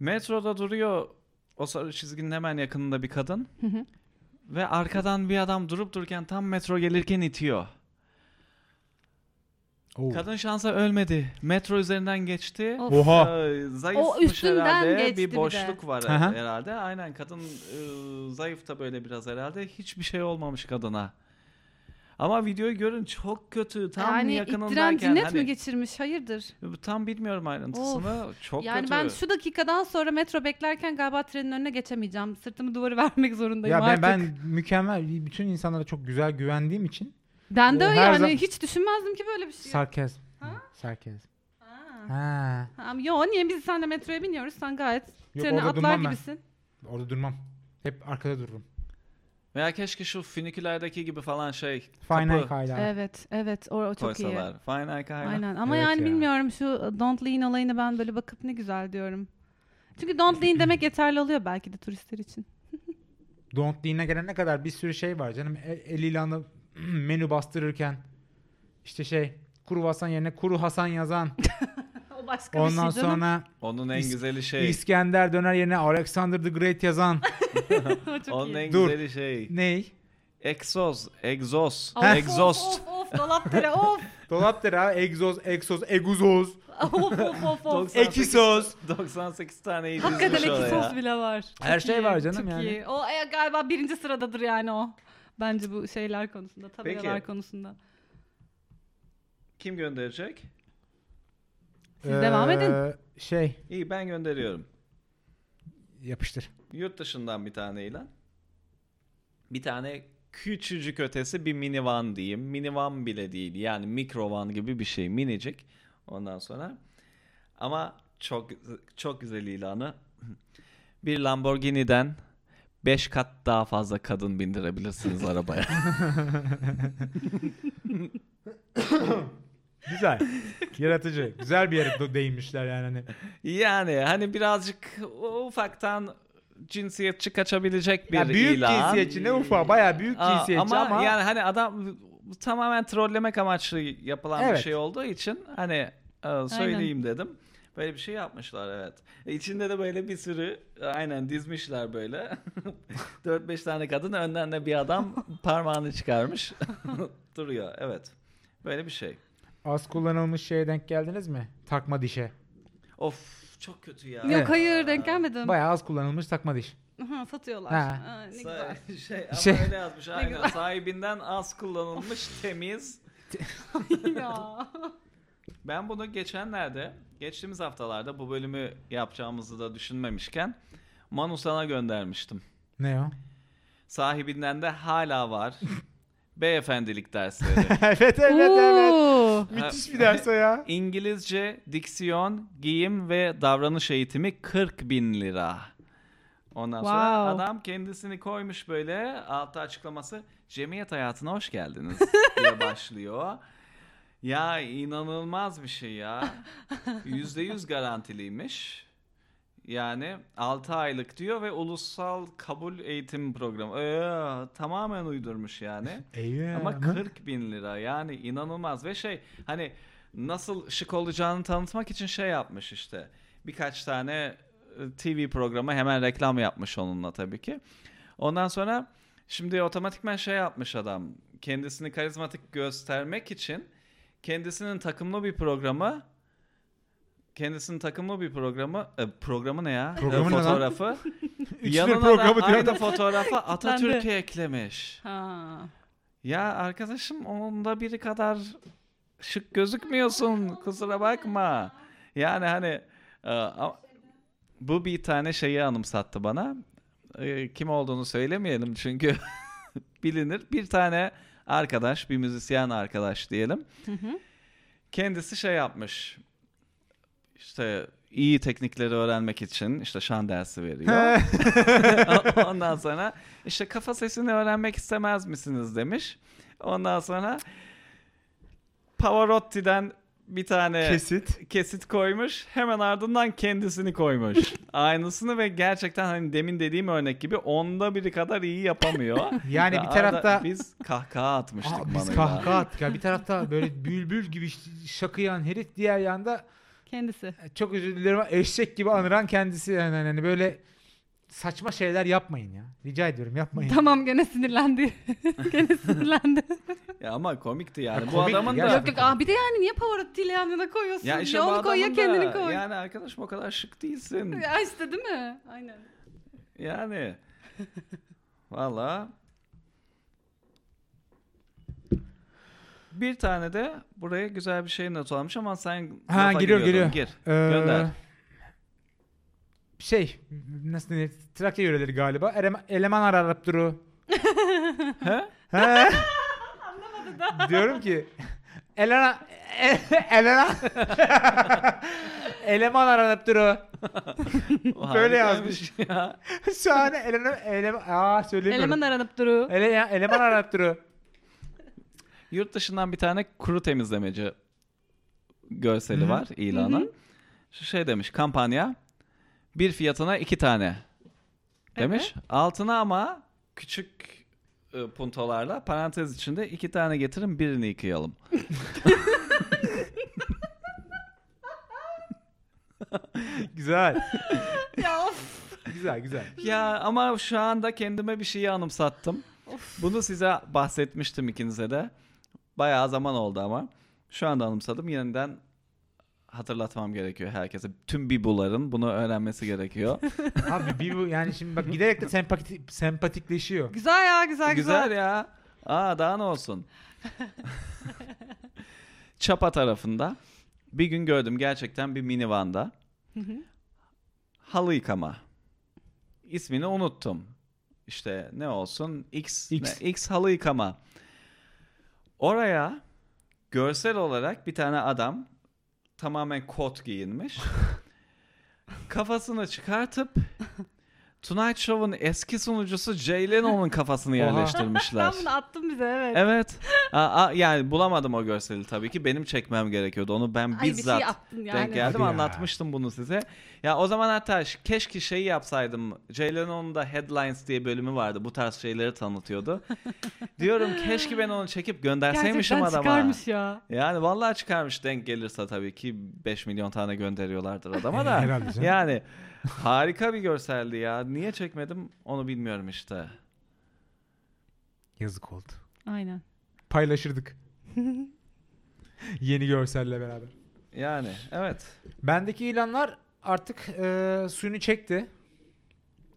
S1: Metroda duruyor o sarı çizginin hemen yakınında bir kadın.
S3: Hı hı.
S1: Ve arkadan bir adam durup dururken tam metro gelirken itiyor.
S2: Oo.
S1: şey. Kadın şansa ölmedi. Metro üzerinden geçti.
S3: Of.
S2: Oha.
S1: Ee,
S3: O
S1: Zayıfmış
S3: üstünden
S1: herhalde.
S3: geçti bir
S1: Bir
S3: de.
S1: boşluk var
S2: Aha.
S1: herhalde. Aynen kadın e, zayıf da böyle biraz herhalde. Hiçbir şey olmamış kadına. Ama videoyu görün çok kötü. Tam
S3: yani ittiren
S1: yakınındayken.
S3: cinnet mi
S1: hani,
S3: geçirmiş? Hayırdır?
S1: tam bilmiyorum ayrıntısını. Çok
S3: yani
S1: kötü.
S3: ben şu dakikadan sonra metro beklerken galiba trenin önüne geçemeyeceğim. Sırtımı duvara [LAUGHS] vermek zorundayım
S2: Ya ben,
S3: artık.
S2: ben mükemmel bütün insanlara çok güzel güvendiğim için
S3: ben de
S2: O
S3: öyle
S2: her
S3: yani
S2: zaman-
S3: hiç düşünmezdim ki böyle bir şey.
S2: sarkazm.
S3: Ha?
S2: Sarkazm.
S3: Ha.
S2: Ha.
S3: Ha, Yo niye biz senle metroya biniyoruz? Sen gayet
S2: Yok,
S3: trene
S2: orada
S3: atlar
S2: durmam ben.
S3: gibisin.
S2: Orada durmam. Hep arkada dururum.
S1: Veya keşke şu finikülerdeki gibi falan şey
S2: Final
S1: kapı
S2: hala.
S3: Evet evet o, o çok iyi.
S1: koysalar. Fine Ike Island.
S3: Aynen ama
S2: Evet
S3: yani
S2: ya.
S3: bilmiyorum şu Don't Lean olayını ben böyle bakıp ne güzel diyorum. Çünkü Don't
S2: [LAUGHS]
S3: Lean demek yeterli oluyor belki de turistler için.
S2: Don't Lean'e gelene kadar bir sürü şey var canım. El, el ilanı [CLEARS THROAT] menü bastırırken işte şey kuru Hasan yerine kuru Hasan
S3: [LAUGHS]
S2: yazan.
S3: [LAUGHS] o başka
S2: Ondan
S3: bir şey canım.
S2: sonra
S1: Onun en
S2: İs-
S1: güzeli şey.
S2: İskender döner yerine Alexander the Great
S3: [LAUGHS]
S2: yazan.
S3: [LAUGHS] O çok
S1: Onun
S3: iyi.
S1: en
S2: Dur.
S1: güzeli şey.
S2: Ney?
S1: Exos, egzoz,
S3: Of,
S1: egzost.
S3: Of of of dolap tere of. [LAUGHS]
S2: Dolap dera, egzoz, egzoz, eguzoz,
S3: of of of of.
S1: 98
S2: ekisoz.
S1: 98 tane iyi
S3: Hakikaten
S1: dizmiş
S3: iki
S1: oraya.
S3: sos bile var.
S2: Her
S3: Çok
S2: şey
S3: iyi,
S2: var canım
S3: çok
S2: yani.
S3: Iyi. O e, galiba birinci sıradadır yani o. Bence bu şeyler konusunda, tabelalar
S1: Peki.
S3: konusunda.
S1: Kim gönderecek?
S3: Siz devam edin.
S2: Ee, Şey
S1: İyi ben gönderiyorum.
S2: yapıştır.
S1: Yurt dışından bir tane ilan. Bir tane küçücük ötesi bir minivan diyeyim. Minivan bile değil. Yani mikrovan gibi bir şey minicik. Ondan sonra ama çok çok güzel ilanı. Bir Lamborghini'den 5 kat daha fazla kadın bindirebilirsiniz arabaya.
S2: Güzel. Yaratıcı. Güzel bir yere do- değinmişler yani. Hani.
S1: Yani hani birazcık ufaktan cinsiyetçi kaçabilecek bir
S2: Ya büyük
S1: ilan.
S2: cinsiyetçi ne ufa bayağı büyük
S1: Aa,
S2: cinsiyetçi ama,
S1: ama, yani hani adam tamamen trollemek amaçlı yapılan
S2: Evet.
S1: bir şey olduğu için hani e, söyleyeyim dedim. Böyle bir şey yapmışlar evet. E, İçinde de böyle bir sürü e, aynen dizmişler böyle. [LAUGHS] 4-5 tane kadın önden de bir adam parmağını çıkarmış. [LAUGHS] Duruyor evet. Böyle bir şey.
S2: az kullanılmış şeye denk geldiniz mi? Takma dişe.
S1: Of çok kötü ya.
S3: Yok hayır denk gelmedim.
S2: Bayağı az kullanılmış takma diş.
S3: Aha, Satıyorlar.
S2: Ha.
S3: Aa, ne
S1: Sa-
S3: güzel.
S1: [LAUGHS] Şey, ama
S2: Şey-
S1: öyle yazmış aynen.
S3: güzel.
S1: Sahibinden az
S3: [LAUGHS]
S1: kullanılmış temiz.
S3: ya.
S1: Ben bunu geçenlerde, geçtiğimiz haftalarda bu bölümü yapacağımızı da düşünmemişken Manu sana göndermiştim.
S2: Ne o?
S1: Sahibinden de hala var. Beyefendilik dersleri.
S2: [LAUGHS] evet [LAUGHS] evet evet.
S3: Oo.
S2: Müthiş bir ders o ya.
S1: İngilizce, diksiyon, giyim ve davranış eğitimi 40 bin lira. Ondan sonra
S3: Wow.
S1: adam kendisini koymuş böyle altta açıklaması cemiyet hayatına hoş geldiniz diye başlıyor. Ya inanılmaz bir şey ya. Yüzde yüz garantiliymiş. Yani 6 aylık diyor ve ulusal kabul eğitim programı. Ee, tamamen uydurmuş yani.
S2: Eyvah.
S1: Ama 40 bin lira yani inanılmaz ve şey hani nasıl şık olacağını tanıtmak için şey yapmış işte birkaç tane e, TV programı hemen reklam yapmış onunla tabii ki. Ondan sonra şimdi otomatikman şey yapmış adam kendisini karizmatik göstermek için kendisinin takımlı bir programı kendisinin takımlı bir programı e, programı ne ya E,
S2: Programı ne lan? [LAUGHS]
S1: fotoğrafı
S2: Üçlü
S1: yanına
S2: programı
S1: da
S2: diyor
S1: aynı
S2: adam. [LAUGHS]
S1: fotoğrafa Atatürk'ü eklemiş.
S3: Ha.
S1: Ya arkadaşım onda biri kadar şık gözükmüyorsun. Kusura bakma. Yani hani e, a- bu bir tane şeyi anımsattı bana. E, Kim olduğunu söylemeyelim çünkü [LAUGHS] bilinir. Bir tane arkadaş, bir müzisyen arkadaş diyelim. Kendisi şey yapmış. İşte iyi teknikleri öğrenmek için işte şan dersi veriyor. [LAUGHS] Ondan sonra işte kafa sesini öğrenmek istemez misiniz demiş. Ondan sonra Pavarotti'den bir tane
S4: Kesit.
S1: kesit koymuş. Hemen ardından kendisini
S2: [LAUGHS]
S1: koymuş. Aynısını ve gerçekten hani demin dediğim örnek gibi onda biri kadar iyi yapamıyor.
S2: [LAUGHS] Yani bir
S1: Arada
S2: tarafta-
S1: biz kahkaha atmıştık
S2: Aa,
S1: bana.
S2: biz kahkaha attık ya. Bir tarafta böyle bülbül gibi ş- şakıyan herif diğer yanda e,
S3: Kendisi.
S2: çok özür dilerim ama eşek gibi anıran kendisi yani hani hani böyle saçma şeyler yapmayın ya. Rica ediyorum yapmayın.
S3: Tamam gene sinirlendi. [LAUGHS]
S2: [LAUGHS]
S3: gene sinirlendi.
S1: Ya ama komikti yani.
S2: Ya
S1: bu
S2: komikti
S1: adamın da
S2: gerçekten.
S3: yok yok ah bir de yani niye Pavarotti ile yan yana koyuyorsun?
S1: ya
S3: Ya,
S1: işte bu
S3: onu koy ya
S1: adamın da-
S3: kendini koy.
S1: Yani arkadaşım o kadar şık değilsin.
S3: Ya işte değil mi? Aynen.
S1: Yani. Valla. Bir tane de buraya güzel bir şey not almış ama sen
S2: Ha,
S1: lafa
S2: geliyor,
S1: giriyordun.
S2: geliyor.
S1: Gir.
S2: Ee,
S1: Gönder.
S2: Şey nasıl denir? Trakya yöreleri galiba. Eleman, eleman arar duru.
S1: He?
S2: He? Diyorum ki Elena [LAUGHS] Elena Eleman aranıp duru. Böyle
S1: Harikaymış şey Ya.
S2: Şahane Elena Eleman Aa söyleyemiyorum.
S3: Eleman aranıp duru.
S2: Ele, ya, eleman aranıp duru.
S1: Yurt dışından bir tane kuru temizlemeci görseli var ilana. Şu şey demiş kampanya bir fiyatına iki tane demiş. Altına ama küçük e, puntolarla parantez içinde iki tane getirin birini yıkayalım.
S2: Güzel.
S3: ya of.
S2: Güzel güzel.
S1: Ya ama şu anda kendime bir şeyi anımsattım. Bunu size bahsetmiştim ikinize de. Bayağı zaman oldu ama. Şu anda anımsadım. Yeniden hatırlatmam gerekiyor herkese. Tüm Bibuların bunu öğrenmesi gerekiyor.
S2: Abi bir bu yani şimdi bak giderek de sempati, sempatikleşiyor.
S3: Güzel ya güzel güzel.
S1: Güzel ya. Aa daha ne olsun. Çapa tarafında bir gün gördüm gerçekten bir minivanda. Halı yıkama. İsmini unuttum. İşte ne olsun? X
S2: X.
S1: ne? X halı yıkama. Oraya görsel olarak bir tane adam tamamen kot
S2: [LAUGHS]
S1: giyinmiş. Kafasını çıkartıp Tonight Show'un eski sunucusu Jay Leno'nun kafasını
S2: Oha.
S3: [LAUGHS]
S1: yerleştirmişler.
S3: Sen bunu attın bize evet.
S1: Evet. Aa, aa, yani bulamadım o görseli tabii ki. Benim çekmem gerekiyordu. Onu ben
S3: Ay bir
S1: bizzat
S3: şey attın yani.
S1: denk geldim.
S2: Hadi ya.
S1: Anlatmıştım bunu size. Ya o zaman hatta ş- keşke şeyi yapsaydım. Jay Leno'nun da Headlines diye bölümü vardı. Bu tarz şeyleri
S3: [LAUGHS]
S1: tanıtıyordu. Diyorum keşke ben onu çekip gönderseymişim
S3: Gerçekten
S1: adama.
S3: çıkarmış ya.
S1: Yani vallahi çıkarmış denk gelirse tabii ki 5 milyon tane gönderiyorlardır
S2: [LAUGHS]
S1: adama
S2: Ee,
S1: da.
S2: herhalde canım.
S1: yani harika bir görseldi ya. Niye çekmedim onu bilmiyorum işte.
S2: Yazık oldu.
S3: Aynen.
S2: Paylaşırdık. Yeni görselle beraber.
S1: Yani evet.
S2: Bendeki ilanlar artık e, suyunu çekti.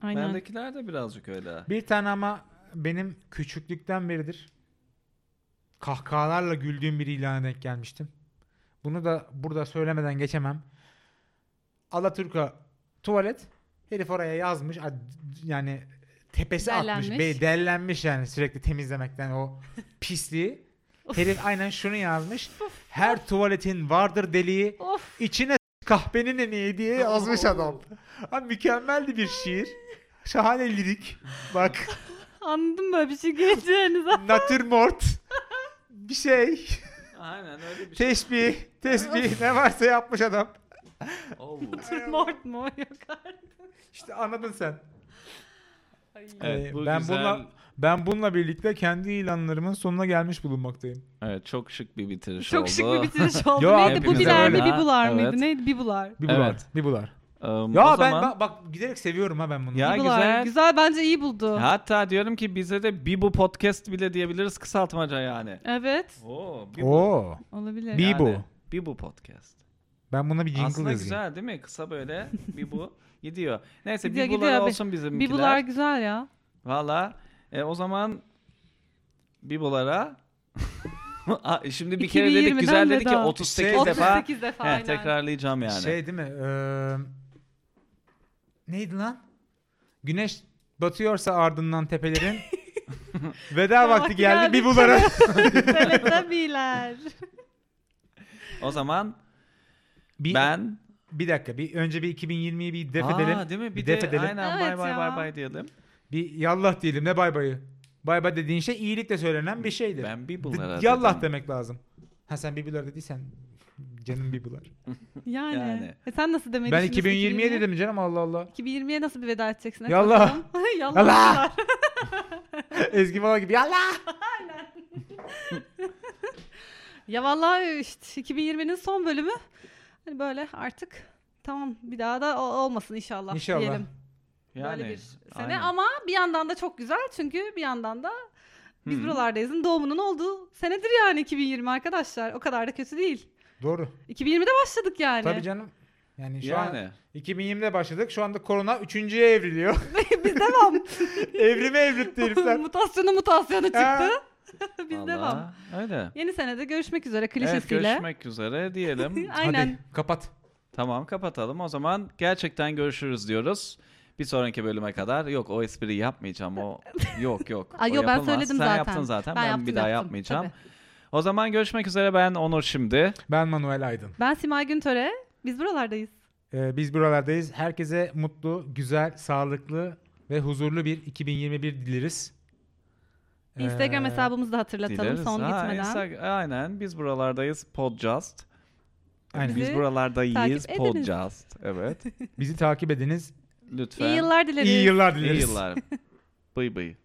S3: Aynen.
S1: Bendekiler de birazcık öyle.
S2: Bir tane ama benim küçüklükten beridir kahkahalarla güldüğüm bir ilana denk gelmiştim. Bunu da burada söylemeden geçemem. Alaturka tuvalet. Herif oraya yazmış. ad- Yani tepesi atmış.
S3: Dellenmiş.
S2: Be, dellenmiş yani sürekli temizlemekten o pisliği. Herif aynen şunu yazmış. Her tuvaletin vardır deliği.
S3: Of.
S2: İçine s- kahvenin en iyi diye yazmış adam. Abi mükemmeldi bir şiir. Şahane lirik. Bak.
S3: Anladım böyle bir şey [LAUGHS] geleceğini zaten.
S2: Natürmort. Bir şey.
S1: Aynen öyle bir
S2: Tesbih. Tesbih. ne varsa yapmış adam.
S1: şey. Oh.
S3: Mort mu? Yok artık.
S2: İşte anladın sen.
S3: Ay.
S1: Evet,
S2: Ee,
S1: bu
S2: ben
S1: güzel.
S2: bununla ben bununla birlikte kendi ilanlarımın sonuna gelmiş bulunmaktayım.
S1: Evet çok şık bir bitiriş
S3: Çok
S1: oldu.
S3: şık bir bitiriş oldu.
S2: Yo,
S3: Neydi?
S1: hepimize
S3: Bubiler mi?
S1: öyle.
S3: Bibular mıydı?
S1: Evet.
S3: Neydi? Bibular.
S2: Bir bular.
S1: Evet.
S2: Bir bular.
S1: Eee,
S2: Ya
S1: o
S2: ben
S1: zaman
S2: bak, bak giderek seviyorum ha ben bunu.
S1: Ya
S3: Bibular.
S1: güzel.
S3: bence iyi buldu.
S1: hatta diyorum ki bize de Bibu podcast bile diyebiliriz kısaltmaca yani.
S3: Evet.
S1: Oo,
S2: Oo.
S3: Olabilir.
S2: Bir- Bibu.
S1: Bibu podcast.
S2: Ben buna bir jingle
S1: Aslında
S2: yazayım.
S1: güzel değil mi? Kısa böyle Bibu gidiyor. Neyse
S3: Gidiyor,
S1: Bibular
S3: gidiyor.
S1: olsun bizimkiler.
S3: Bibular güzel ya.
S1: Valla e, o zaman Bibulara [LAUGHS] Aa, şimdi bir kere dedik
S3: 2020'den
S1: güzel dedik ya
S3: veda.
S1: 38
S2: Şey-
S1: defa.
S3: 38 defa
S1: He,
S3: aynen. [LAUGHS]
S1: tekrarlayacağım yani.
S2: Şey değil mi? Ee, neydi lan? Güneş batıyorsa ardından
S1: [LAUGHS]
S2: tepelerin. Veda vakti
S3: vakti
S2: geldi
S3: geldi.
S2: bir bulara.
S3: Teletabiler.
S1: O zaman
S2: Bir-
S1: ben
S2: bir dakika bir önce bir 2020'yi bir def
S1: Aa,
S2: edelim.
S1: değil mi? Bir,
S2: Bir
S1: de
S2: def edelim.
S1: aynen
S3: Evet
S1: bay bay
S3: ya.
S1: bay bay diyelim.
S2: Bir yallah diyelim ne bay bayı. Bay bay dediğin şey iyilikle söylenen bir şeydir.
S1: Ben bir
S2: D-
S1: bunlara
S2: yallah
S1: dedim.
S2: demek lazım. Ha sen bir bulara dediysen Canım bir bular.
S3: [LAUGHS] Yani.
S1: Yani.
S3: E sen nasıl demeyi
S2: ben
S3: düşünüyorsun
S2: 2020'ye dedim canım Allah Allah.
S3: 2020'ye nasıl bir veda edeceksin? Hadi
S2: Yallah.
S3: bakalım. [LAUGHS] Yallah.
S2: Yallah. Ezgi falan gibi yallah.
S3: Ya vallahi işte 2020'nin son bölümü. Hani böyle artık tamam bir daha da o- olmasın inşallah,
S2: İnşallah.
S3: diyelim.
S1: Yani,
S3: böyle bir sene
S1: aynen.
S3: ama bir yandan da çok güzel çünkü bir yandan da biz
S1: Hı.
S3: buralardayızın doğumunun olduğu senedir yani 2020 arkadaşlar. O kadar da kötü değil.
S2: Doğru.
S3: 2020'de başladık yani.
S2: Tabii canım. Yani şu an
S1: yani.
S2: 2020'de başladık. Şu anda korona üçüncüye evriliyor. [LAUGHS]
S3: [LAUGHS] Biz devam.
S2: Evrime evritti herifler.
S3: mutasyonu mutasyonu
S2: Ha.
S3: [LAUGHS] çıktı. Biz devam.
S1: Valla Öyle.
S3: Yeni senede görüşmek üzere
S1: Evet
S3: klişesiyle.
S1: görüşmek üzere
S3: [LAUGHS]
S1: diyelim.
S3: Aynen.
S2: Hadi kapat.
S1: Tamam kapatalım. O zaman gerçekten görüşürüz diyoruz. Bir sonraki bölüme kadar. Yok o espriyi yapmayacağım.
S3: [LAUGHS]
S1: O yok yok.
S3: Ay,
S1: o
S3: yok, ben
S1: yapılmaz.
S3: söyledim
S1: Sen
S3: zaten.
S1: yaptın zaten. Ben,
S3: Ben yaptım,
S1: bir daha
S3: yaptım.
S1: yapmayacağım.
S3: Tabii.
S1: O zaman görüşmek üzere. Ben Onur şimdi.
S2: Ben Manuel Aydın.
S3: Ben Simay Güntöre. Biz buralardayız.
S2: Ee, biz buralardayız. Herkese mutlu, güzel, sağlıklı ve huzurlu bir 2021 dileriz.
S3: Instagram
S2: Ee,
S3: hesabımızı da hatırlatalım
S1: Dileriz.
S3: son
S1: Ha,
S3: gitmeden.
S1: Insta- aynen biz buralardayız. Podcast.
S2: Aynen.
S3: Bizi
S1: Biz buralardayız.
S3: takip ediniz.
S1: Podcast. Evet.
S2: Bizi takip ediniz.
S1: Lütfen.
S3: [LAUGHS] İyi yıllar dileriz.
S2: İyi yıllar dileriz.
S1: İyi yıllar. bıy bıy.